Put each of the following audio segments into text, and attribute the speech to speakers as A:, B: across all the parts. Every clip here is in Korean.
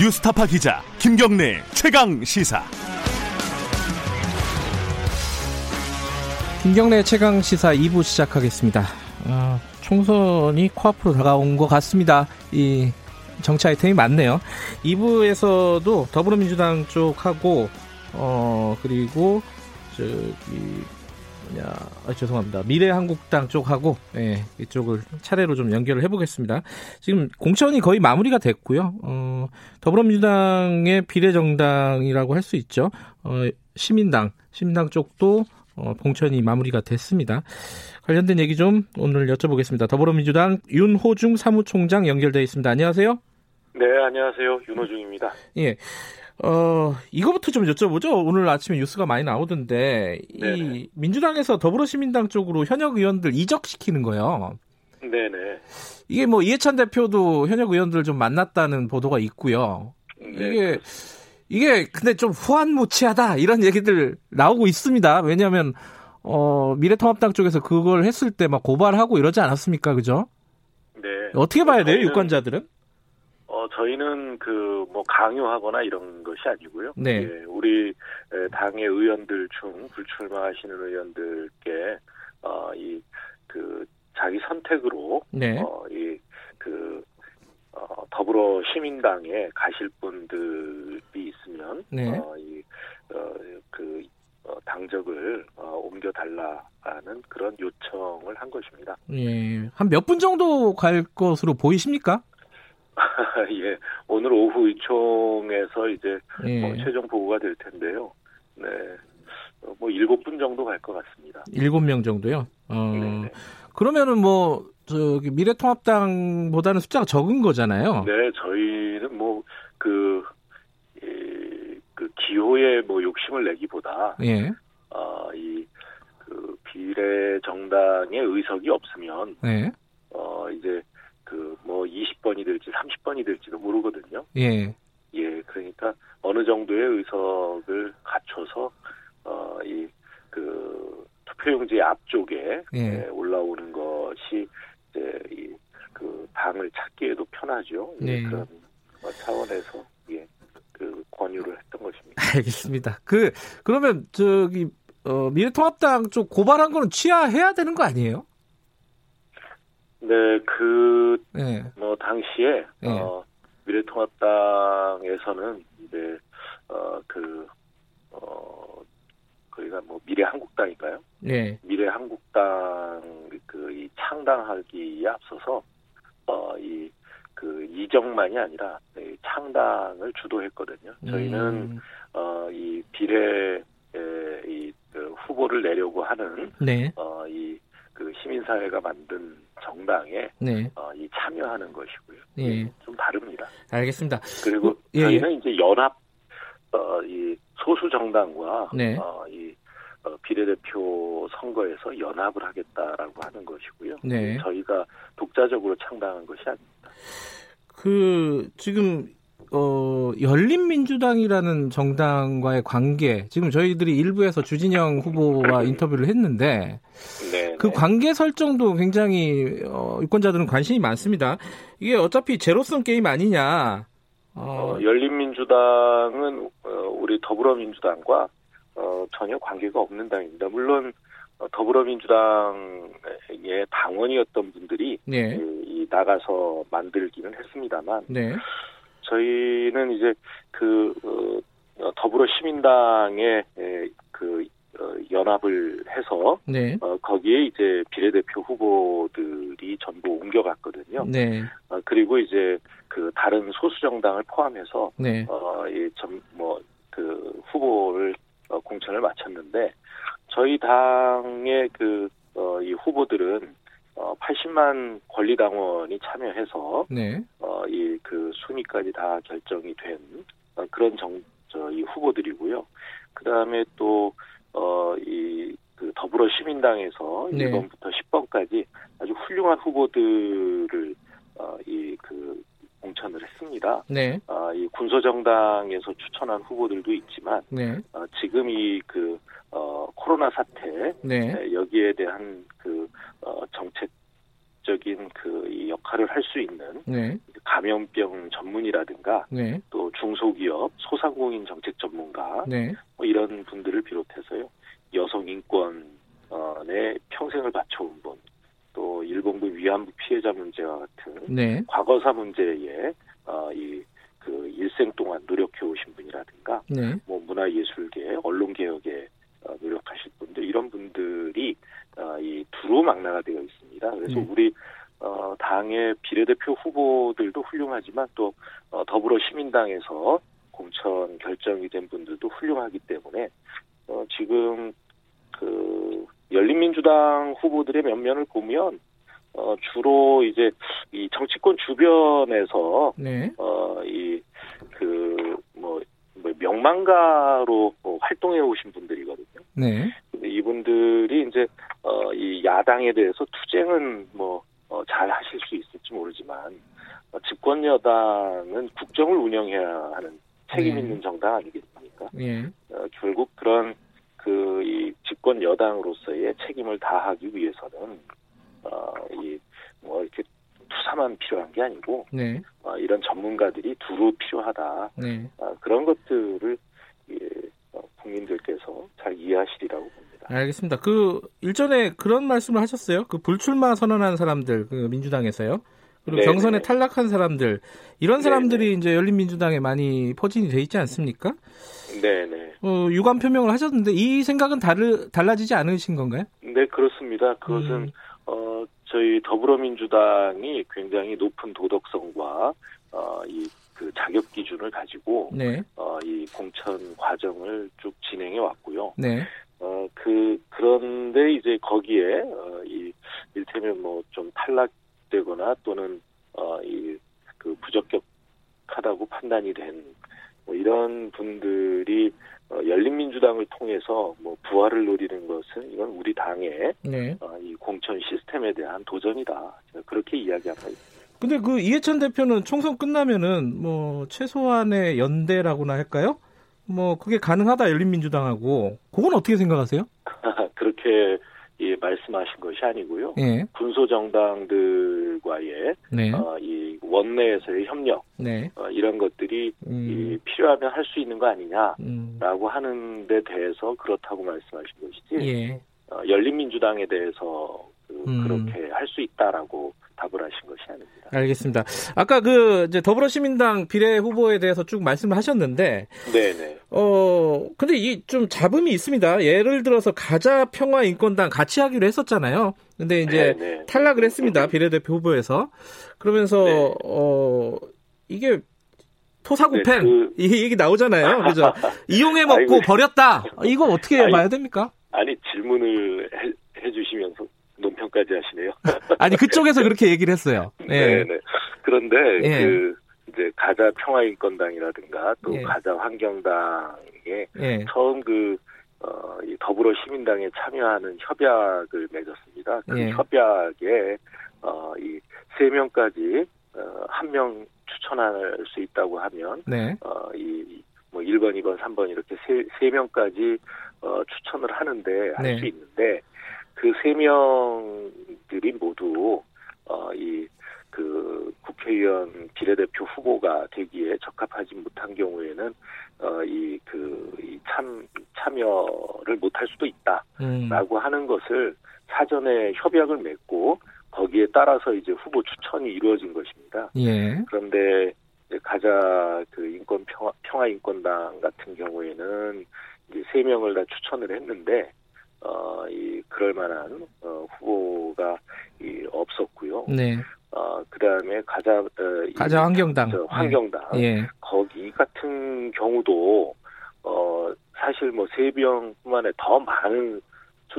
A: 뉴스타파 기자 김경래 최강 시사.
B: 김경래 최강 시사 2부 시작하겠습니다. 아, 총선이 코앞으로 다가온 것 같습니다. 이 정치 아이템이 많네요. 2부에서도 더불어민주당 쪽하고 어 그리고 저기 뭐냐 아, 죄송합니다. 미래한국당 쪽하고 예, 이쪽을 차례로 좀 연결을 해보겠습니다. 지금 공천이 거의 마무리가 됐고요. 어, 더불어민주당의 비례정당이라고 할 수 있죠. 어, 시민당 시민당 쪽도 어, 봉천이 마무리가 됐습니다. 관련된 얘기 좀 오늘 여쭤보겠습니다. 더불어민주당 윤호중 사무총장 연결돼 있습니다. 안녕하세요.
C: 네, 안녕하세요. 윤호중입니다.
B: 예. 어, 이거부터 좀 여쭤보죠. 오늘 아침에 뉴스가 많이 나오던데, 이
C: 네네.
B: 민주당에서 더불어시민당 쪽으로 현역 의원들 이적시키는 거예요.
C: 네네.
B: 이게 뭐 이해찬 대표도 현역 의원들 좀 만났다는 보도가 있고요.
C: 네.
B: 이게 이게 근데 좀 후한무치하다 이런 얘기들 나오고 있습니다. 왜냐하면 어, 미래통합당 쪽에서 그걸 했을 때 막 고발하고 이러지 않았습니까, 그죠?
C: 네.
B: 어떻게 봐야 돼요,
C: 저희는,
B: 유권자들은?
C: 어, 저희는 그 뭐 강요하거나 이런 것이 아니고요.
B: 네.
C: 예, 우리 에, 당의 의원들 중 불출마하시는 의원들께 어, 이 그 자기 선택으로
B: 네,
C: 어, 이그 어, 더불어 시민당에 가실 분들이 있으면
B: 네.
C: 어, 이, 어, 그 어, 당적을 어, 옮겨 달라는 그런 요청을 한 것입니다.
B: 예, 한 몇 분 정도 갈 것으로 보이십니까?
C: 예, 오늘 오후 의총에서 이제 뭐
B: 예,
C: 최종 보고가 될 텐데요. 네, 어, 뭐 일곱 분 정도 갈 것 같습니다.
B: 일곱 명 정도요. 어,
C: 네,
B: 그러면은 뭐 저기 미래통합당보다는 숫자가 적은 거잖아요.
C: 네, 저희는 뭐그 그 기호에 뭐 욕심을 내기보다
B: 예,
C: 어, 이그 비례 정당의 의석이 없으면
B: 네,
C: 어 이제 그 뭐 20번이 될지 30번이 될지도 모르거든요.
B: 예.
C: 예, 그러니까 어느 정도의 의석을 갖춰서 어, 이그 투표용지 앞쪽에
B: 예.
C: 예, 올라오는 것이 이제 이그 방을 찾기에도 편하죠. 예,
B: 네.
C: 그런 어, 차원에서 예, 그 권유를 했던 것입니다.
B: 알겠습니다. 그 그러면 저기 어, 미래통합당 쪽 고발한 거는 취하해야 되는 거 아니에요?
C: 네, 그 뭐
B: 예.
C: 당시에
B: 예.
C: 어, 미래통합당에서는 이제 어그 어, 거기가 뭐 미래한국당인가요?
B: 네.
C: 미래한국당 그이 창당하기에 앞서서 어, 어이그 이정만이 아니라 이 창당을 주도했거든요. 저희는
B: 음,
C: 어이 비례 에, 이그 후보를 내려고 하는
B: 네.
C: 어이 그 시민사회가 만든 정당에
B: 네.
C: 어, 이 참여하는 것이고요.
B: 예.
C: 좀 다릅니다.
B: 알겠습니다.
C: 그리고
B: 예, 예.
C: 저희는 이제 연합 어 이 소수 정당과
B: 네.
C: 어, 이 어, 비례대표 선거에서 연합을 하겠다라고 하는 것이고요.
B: 네.
C: 저희가 독자적으로 창당한 것이 아닙니다.
B: 그 지금 어 열린민주당이라는 정당과의 관계 지금 저희들이 일부에서 주진영 후보와 인터뷰를 했는데
C: 네.
B: 그
C: 네.
B: 관계 설정도 굉장히 어, 유권자들은 관심이 많습니다. 이게 어차피 제로섬 게임 아니냐. 어,
C: 어, 열린민주당은 어, 우리 더불어민주당과 어, 전혀 관계가 없는 당입니다. 물론 어, 더불어민주당의 당원이었던 분들이
B: 네.
C: 이- 이 나가서 만들기는 했습니다만
B: 네.
C: 저희는 이제 그 어, 더불어 시민당의 에, 그 어, 연합을 해서
B: 네.
C: 어, 거기에 이제 비례대표 후보들이 전부 옮겨갔거든요.
B: 네.
C: 어, 그리고 이제 그 다른 소수 정당을 포함해서 어,
B: 네.
C: 뭐, 어이좀뭐그 후보를 어, 공천을 마쳤는데 저희 당의 그어이 후보들은 어 80만 권리당원이 참여해서
B: 네.
C: 어, 이 그 순위까지 다 결정이 된 어, 그런 정, 저, 이 후보들이고요. 그 다음에 또, 어, 이, 그 더불어 시민당에서
B: 네.
C: 1번부터 10번까지 아주 훌륭한 후보들을, 어, 이, 그, 공천을 했습니다.
B: 네.
C: 아, 이 군소정당에서 추천한 후보들도 있지만,
B: 네.
C: 어, 지금 이 그, 어, 코로나 사태,
B: 네.
C: 네, 여기에 대한 그, 어, 정책적인 그, 이 역할을 할 수 있는
B: 네.
C: 감염병 전문이라든가
B: 네.
C: 또 중소기업, 소상공인 정책 전문가
B: 네.
C: 뭐 이런 분들을 비롯해서요 여성 인권에 평생을 바쳐온 분, 또 일본군 위안부 피해자 문제와 같은
B: 네.
C: 과거사 문제에 어, 이그 일생 동안 노력해 오신 분이라든가
B: 네.
C: 뭐 문화예술계, 언론개혁에 어, 노력하실 분들 이런 분들이 어, 이 두루망라가 되어 있습니다. 그래서
B: 네.
C: 우리 어, 당의 비례대표 후보들도 훌륭하지만 또 어, 더불어 시민당에서 공천 결정이 된 분들도 훌륭하기 때문에 어, 지금 그 열린민주당 후보들의 면면을 보면 어, 주로 이제 이 정치권 주변에서
B: 네.
C: 어, 어이그뭐 뭐 명망가로 뭐 활동해 오신 분들이거든요.
B: 네.
C: 근데 이분들이 이제 어 이 야당에 대해서 투쟁은 뭐 잘 하실 수 있을지 모르지만 어, 집권 여당은 국정을 운영해야 하는 책임
B: 네.
C: 있는 정당 아니겠습니까?
B: 예.
C: 어, 결국 그런 그 이 집권 여당으로서의 책임을 다하기 위해서는 어, 어이뭐 이렇게 투사만 필요한 게 아니고
B: 네.
C: 어, 이런 전문가들이 두루 필요하다.
B: 네.
C: 아, 그런 것들을 예, 어, 국민들께서 잘 이해하시리라고 봅니다.
B: 알겠습니다. 그 일전에 그런 말씀을 하셨어요. 그 불출마 선언한 사람들, 그 민주당에서요. 그리고
C: 네네.
B: 경선에 탈락한 사람들 이런
C: 네네.
B: 사람들이 이제 열린민주당에 많이 포진이 돼 있지 않습니까?
C: 네네.
B: 어, 유감 표명을 하셨는데 이 생각은 다르, 달라지지 않으신 건가요?
C: 네 그렇습니다. 그것은
B: 음.
C: 어, 저희 더불어민주당이 굉장히 높은 도덕성과 어, 이그 자격 기준을 가지고
B: 네,
C: 어, 이 공천 과정을 쭉 진행해 왔고요.
B: 네,
C: 어, 그 그런데 이제 거기에 어, 이 일테면 뭐 좀 탈락되거나 또는 어, 이그 부적격하다고 판단이 된뭐 이런 분들이 어, 열린민주당을 통해서 뭐 부활을 노리는 것은 이건 우리 당의
B: 네.
C: 어, 이 공천 시스템에 대한 도전이다. 제가 그렇게 이야기합니다.
B: 근데 그 이해찬 대표는 총선 끝나면은 뭐 최소한의 연대라고나 할까요? 뭐 그게 가능하다 열린민주당하고 그건 어떻게 생각하세요?
C: 아, 그렇게 예, 말씀하신 것이 아니고요.
B: 예,
C: 군소 정당들과의
B: 네,
C: 어, 이 원내에서의 협력
B: 네,
C: 어, 이런 것들이 이
B: 음,
C: 필요하면 할 수 있는 거 아니냐라고
B: 음,
C: 하는 데 대해서 그렇다고 말씀하신 것이지
B: 예.
C: 어, 열린민주당에 대해서 그,
B: 음.
C: 그렇게 할 수 있다라고 답을 하신 것이 아닙니다.
B: 알겠습니다. 아까 그 이제 더불어시민당 비례 후보에 대해서 쭉 말씀을 하셨는데
C: 네네.
B: 어 근데 이 좀 잡음이 있습니다. 예를 들어서 가자 평화 인권당 같이 하기로 했었잖아요. 근데 이제
C: 네네. 음.
B: 탈락을 했습니다. 비례대표 후보에서 그러면서
C: 네.
B: 어 이게 토사구팽
C: 네, 그-
B: 이 얘기 나오잖아요. 그죠? 이용해 먹고
C: 아이고.
B: 버렸다. 이거 어떻게
C: 아이고.
B: 봐야 됩니까?
C: 아니 질문을 해, 해주시면서 논평까지 하시네요.
B: 아니 그쪽에서 그렇게 얘기를 했어요. 예.
C: 네네. 그런데
B: 예.
C: 그 이제 가자 평화인권당이라든가 또
B: 예.
C: 가자 환경당에
B: 예.
C: 처음 그 어, 이 더불어 시민당에 참여하는 협약을 맺었습니다. 그
B: 예.
C: 협약에 어, 이세 명까지 어, 한 명 추천할 수 있다고 하면
B: 네.
C: 어, 이뭐 1번, 2번, 3번 이렇게 세, 세 명까지 어, 추천을 하는데 할
B: 네.
C: 수 있는데 그 세 명들이 모두 어, 이 그 국회의원 비례대표 후보가 되기에 적합하지 못한 경우에는 어, 이그이참 참여를 못할 수도 있다라고
B: 음.
C: 하는 것을 사전에 협약을 맺고 거기에 따라서 이제 후보 추천이 이루어진 것입니다.
B: 예.
C: 그런데 이제 가자 그 인권 평화, 평화 인권당 같은 경우에는 이제 세 명을 다 추천을 했는데 어 이 그럴 만한 어, 후보가 이 없었고요.
B: 네.
C: 어 그다음에 가자 어, 이
B: 가자 환경당.
C: 저 환경당
B: 예.
C: 거기 같은 경우도 어 사실 뭐 세 명뿐만에 더 많은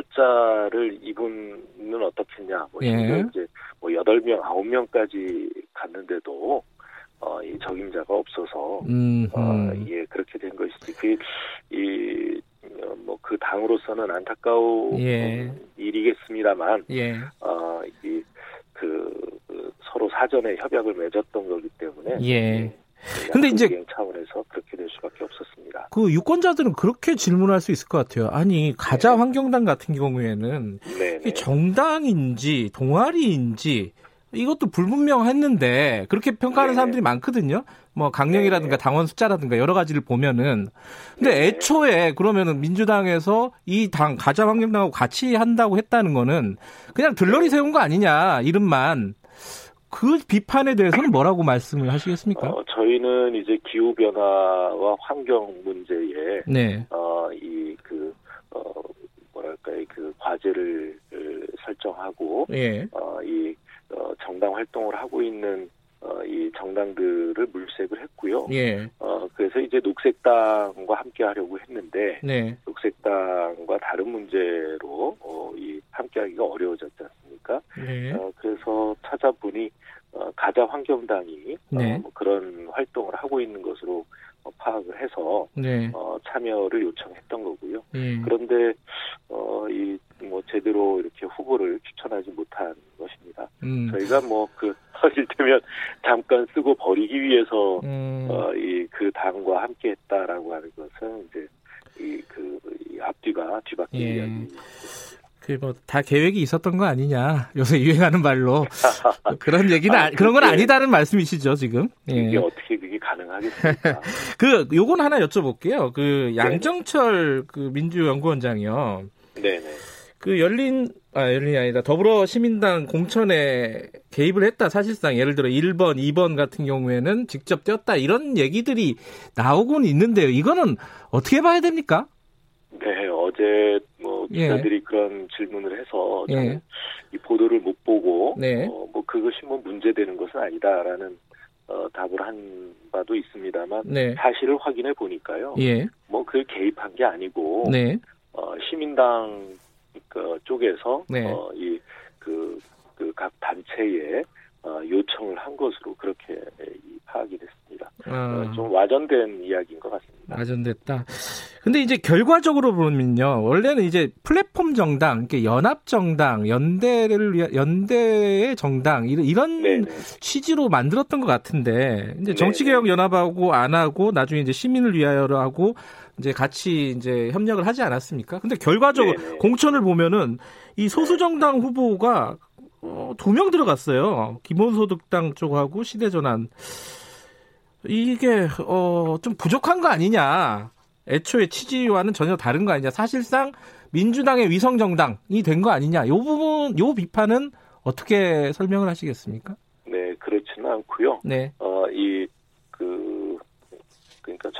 C: 숫자를 이분은 어떻겠냐 뭐
B: 예.
C: 심지어 이제 뭐 여덟 명 아홉 명까지 갔는데도 어이 적임자가 없어서
B: 음.
C: 어, 예 그렇게 된 것이지 그이뭐 그 당으로서는 안타까운
B: 예.
C: 일이겠습니다만 어,
B: 예.
C: 어이그 서로 사전에 협약을 맺었던 거기 때문에
B: 예. 근데
C: 근데
B: 이제-
C: 이제 차원에서 그렇게 될 수밖에 없었습니다.
B: 그 유권자들은 그렇게 질문할 수 있을 것 같아요. 아니, 가자
C: 네.
B: 환경당 같은 경우에는
C: 네,
B: 이 정당인지 동아리인지 이것도 불분명했는데 그렇게 평가하는
C: 네.
B: 사람들이 많거든요. 뭐 강령이라든가 당원 숫자라든가 여러 가지를 보면은 근데
C: 네.
B: 애초에 그러면은 민주당에서 이 당 가자 환경당하고 같이 한다고 했다는 거는 그냥 들러리 세운 거 아니냐 이름만 그 비판에 대해서는 뭐라고 말씀을 하시겠습니까?
C: 어, 저희는 이제 기후 변화와 환경 문제에
B: 네,
C: 어, 이 그 어, 뭐랄까요 그 과제를 어, 설정하고
B: 예,
C: 어, 이 어, 정당 활동을 하고 있는 어, 이 정당들을 물색을 했고요.
B: 예,
C: 어, 그래서 이제 녹색당과 함께 하려고 했는데
B: 네,
C: 녹색당과 다른 문제로 어, 이 함께하기가 어려워졌지 않습니까?
B: 네,
C: 어, 그래서 찾아보니 어, 가자 환경당이 어,
B: 네.
C: 뭐 그런 활동을 하고 있는 것으로 어, 파악을 해서
B: 네,
C: 어, 참여를 요청했던 거고요.
B: 예.
C: 그런데 어, 이 뭐 제대로 이렇게 후보를 추천하지 못한 것입니다.
B: 음.
C: 저희가 뭐그 이를테면 잠깐 쓰고 버리기 위해서
B: 음.
C: 어, 이 그 당과 함께 했다라고 하는 것은 이제 이 그 앞뒤가 뒤바뀐
B: 예.
C: 이야기.
B: 그 뭐 다 계획이 있었던 거 아니냐 요새 유행하는 말로 그런 얘기는 아-
C: 아니,
B: 그런 건
C: 그게-
B: 아니다는 말씀이시죠 지금 예.
C: 이게 어떻게 그게 가능하겠습니까?
B: 그 요건 하나 여쭤볼게요 그
C: 네.
B: 양정철 그 민주연구원장이요
C: 네네.
B: 그 열린 아 열린이 아니다 더불어 시민당 공천에 개입을 했다 사실상 예를 들어 1번 2번 같은 경우에는 직접 뛰었다 이런 얘기들이 나오곤 있는데요 이거는 어떻게 봐야 됩니까
C: 네, 어제 뭐
B: 예.
C: 기자들이 그런 질문을 해서 저는
B: 예.
C: 이 보도를 못 보고
B: 네.
C: 어, 뭐 그것이 뭐 문제되는 것은 아니다라는 어, 답을 한 바도 있습니다만
B: 네.
C: 사실을 확인해 보니까요. 뭐 그 개입한 게 아니고
B: 예. 네예네네네
C: 어, 시민당 그 쪽에서
B: 네.
C: 어, 이그그 각 단체에 어, 요청을 한 것으로 그렇게 예, 이 파악이 됐습니다.
B: 아.
C: 어, 좀 와전된 이야기인 것 같습니다.
B: 마련됐다. 아, 근데 이제 결과적으로 보면요. 원래는 이제 플랫폼 정당, 이렇게 연합 정당, 연대를 위한 연대의 정당 이런, 이런
C: 네, 네.
B: 취지로 만들었던 것 같은데 이제
C: 네.
B: 정치개혁 연합하고 안 하고 나중에 이제 시민을 위하여로 하고 이제 같이 이제 협력을 하지 않았습니까? 근데 결과적으로
C: 네, 네.
B: 공천을 보면은 이 소수 정당 후보가 어, 두 명 들어갔어요. 기본소득당 쪽하고 시대전환 이게 어 좀 부족한 거 아니냐? 애초에 취지와는 전혀 다른 거 아니냐? 사실상 민주당의 위성 정당이 된 거 아니냐? 요 부분 요 비판은 어떻게 설명을 하시겠습니까?
C: 네, 그렇지는 않고요.
B: 네.
C: 어, 이, 그, 그러니까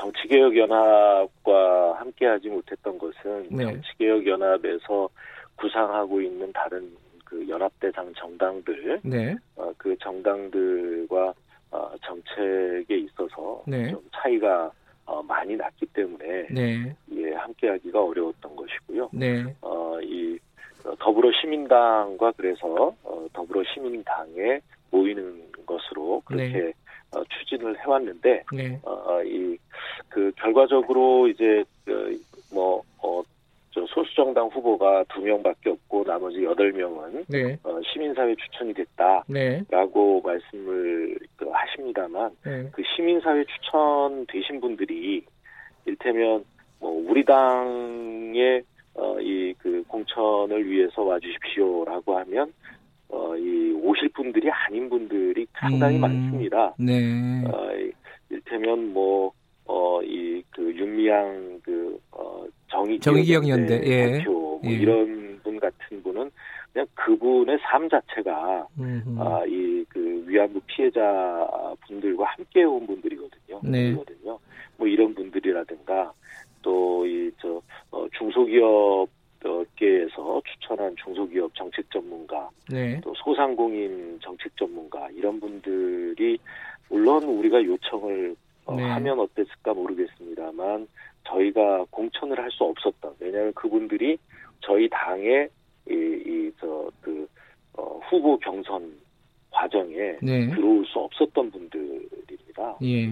C: 정치개혁연합과 함께하지 못했던 것은
B: 네.
C: 정치개혁연합에서 구상하고 있는 다른 그 연합대상 정당들,
B: 네.
C: 어, 그 정당들과 어, 정책에 있어서
B: 네.
C: 좀 차이가 어, 많이 났기 때문에
B: 네.
C: 예, 함께하기가 어려웠던 것이고요.
B: 네.
C: 어, 이 어, 더불어시민당과 그래서 어, 더불어시민당에 모이는 것으로 그렇게 어, 추진을 해왔는데
B: 네.
C: 어, 이그 결과적으로 이제 그뭐 어, 저 소수정당 후보가 두 명밖에 없고 나머지 여덟 명은
B: 네.
C: 어, 시민사회 추천이 됐다라고
B: 네.
C: 말씀을 그 하십니다만
B: 네.
C: 그 시민사회 추천 되신 분들이 일테면 뭐 우리 당의 어, 이그 공천을 위해서 와주십시오라고 하면 어, 이 오실 분들이 아닌 분들이 상당히
B: 음.
C: 많습니다.
B: 네.
C: 어, 이- 일테면 뭐 어, 이 그 윤미향 그 어, 정의
B: 정의기억연대, 예.
C: 대표 뭐
B: 예.
C: 이런 분 같은 분은 그냥 그분의 삶 자체가
B: 음.
C: 아, 이 그 위안부 피해자 분들과 함께 온 분들이거든요.
B: 네.
C: 분들이거든요. 뭐 이런 분들이라든가 또 이 저 어, 중소기업 어, 계에서 추천한 중소기업 정책 전문가,
B: 네.
C: 또 소상공인 정책 전문가 이런 분들이 물론 우리가 요청을 어,
B: 네.
C: 하면 어땠을까 모르겠습니다만 저희가 공천을 할 수 없었던 왜냐하면 그분들이 저희 당의 이저그 어, 후보 경선 과정에
B: 네.
C: 들어올 수 없었던 분들입니다.
B: 예.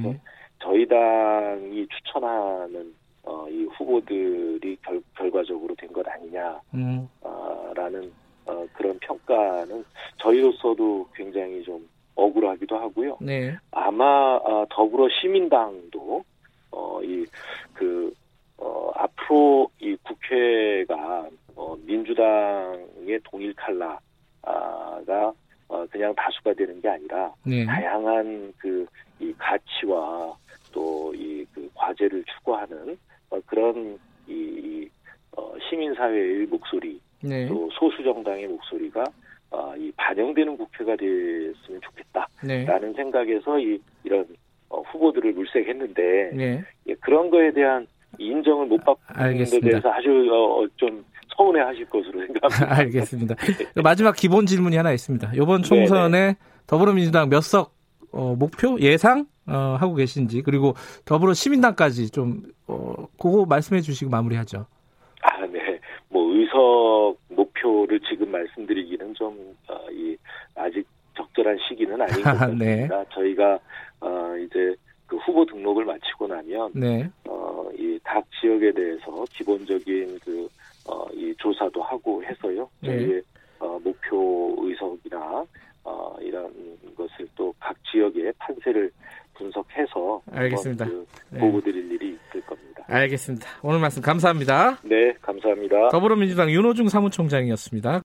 C: 저희 당이 추천하는 어, 이 후보들이 결, 결과적으로 된 것 아니냐
B: 음.
C: 아, 라는 어, 그런 평가는 저희로서도 굉장히 좀 억울하기도 하고요.
B: 네.
C: 아마 아, 더불어 시민당도 어, 이그 어, 앞으로 이 국회가 어, 민주당의 동일 칼라가 어, 그냥 다수가 되는 게 아니라
B: 네.
C: 다양한 그 이 가치와 또 이 그 과제를 추구하는 어, 그런 이, 이 어, 시민사회의 목소리
B: 네.
C: 또 소수 정당의 목소리가 어, 이 반영되는 국회가 됐으면 좋겠다라는
B: 네.
C: 생각에서 이, 이런 어, 후보들을 물색했는데
B: 네.
C: 예, 그런 거에 대한 인정을 못 받는 것에
B: 알겠습니다.
C: 대해서 아주 어, 어, 좀 서운해하실 것으로 생각합니다.
B: 알겠습니다. 마지막 기본 질문이 하나 있습니다. 이번 총선에 더불어민주당 몇 석 목표 예상 어, 하고 계신지 그리고 더불어 시민당까지 좀 어, 그거 말씀해 주시고 마무리하죠.
C: 아, 네. 뭐 의석 목표를 지금 말씀드리기는 좀 어, 이, 아직 적절한 시기는 아닌 것 같습니다.
B: 네.
C: 저희가 어, 이제 그 후보 등록을 마치고 나면
B: 네.
C: 어, 이 각 지역에 대해서 기본적인 그, 어, 이 조사도 하고 해서요.
B: 네.
C: 저희의 어, 목표 의석이나, 어, 이런 것을 또 각 지역의 판세를 분석해서 한번
B: 알겠습니다.
C: 그
B: 네.
C: 보고 드릴 일이 있을 겁니다.
B: 알겠습니다. 오늘 말씀 감사합니다.
C: 네, 감사합니다.
B: 더불어민주당 윤호중 사무총장이었습니다.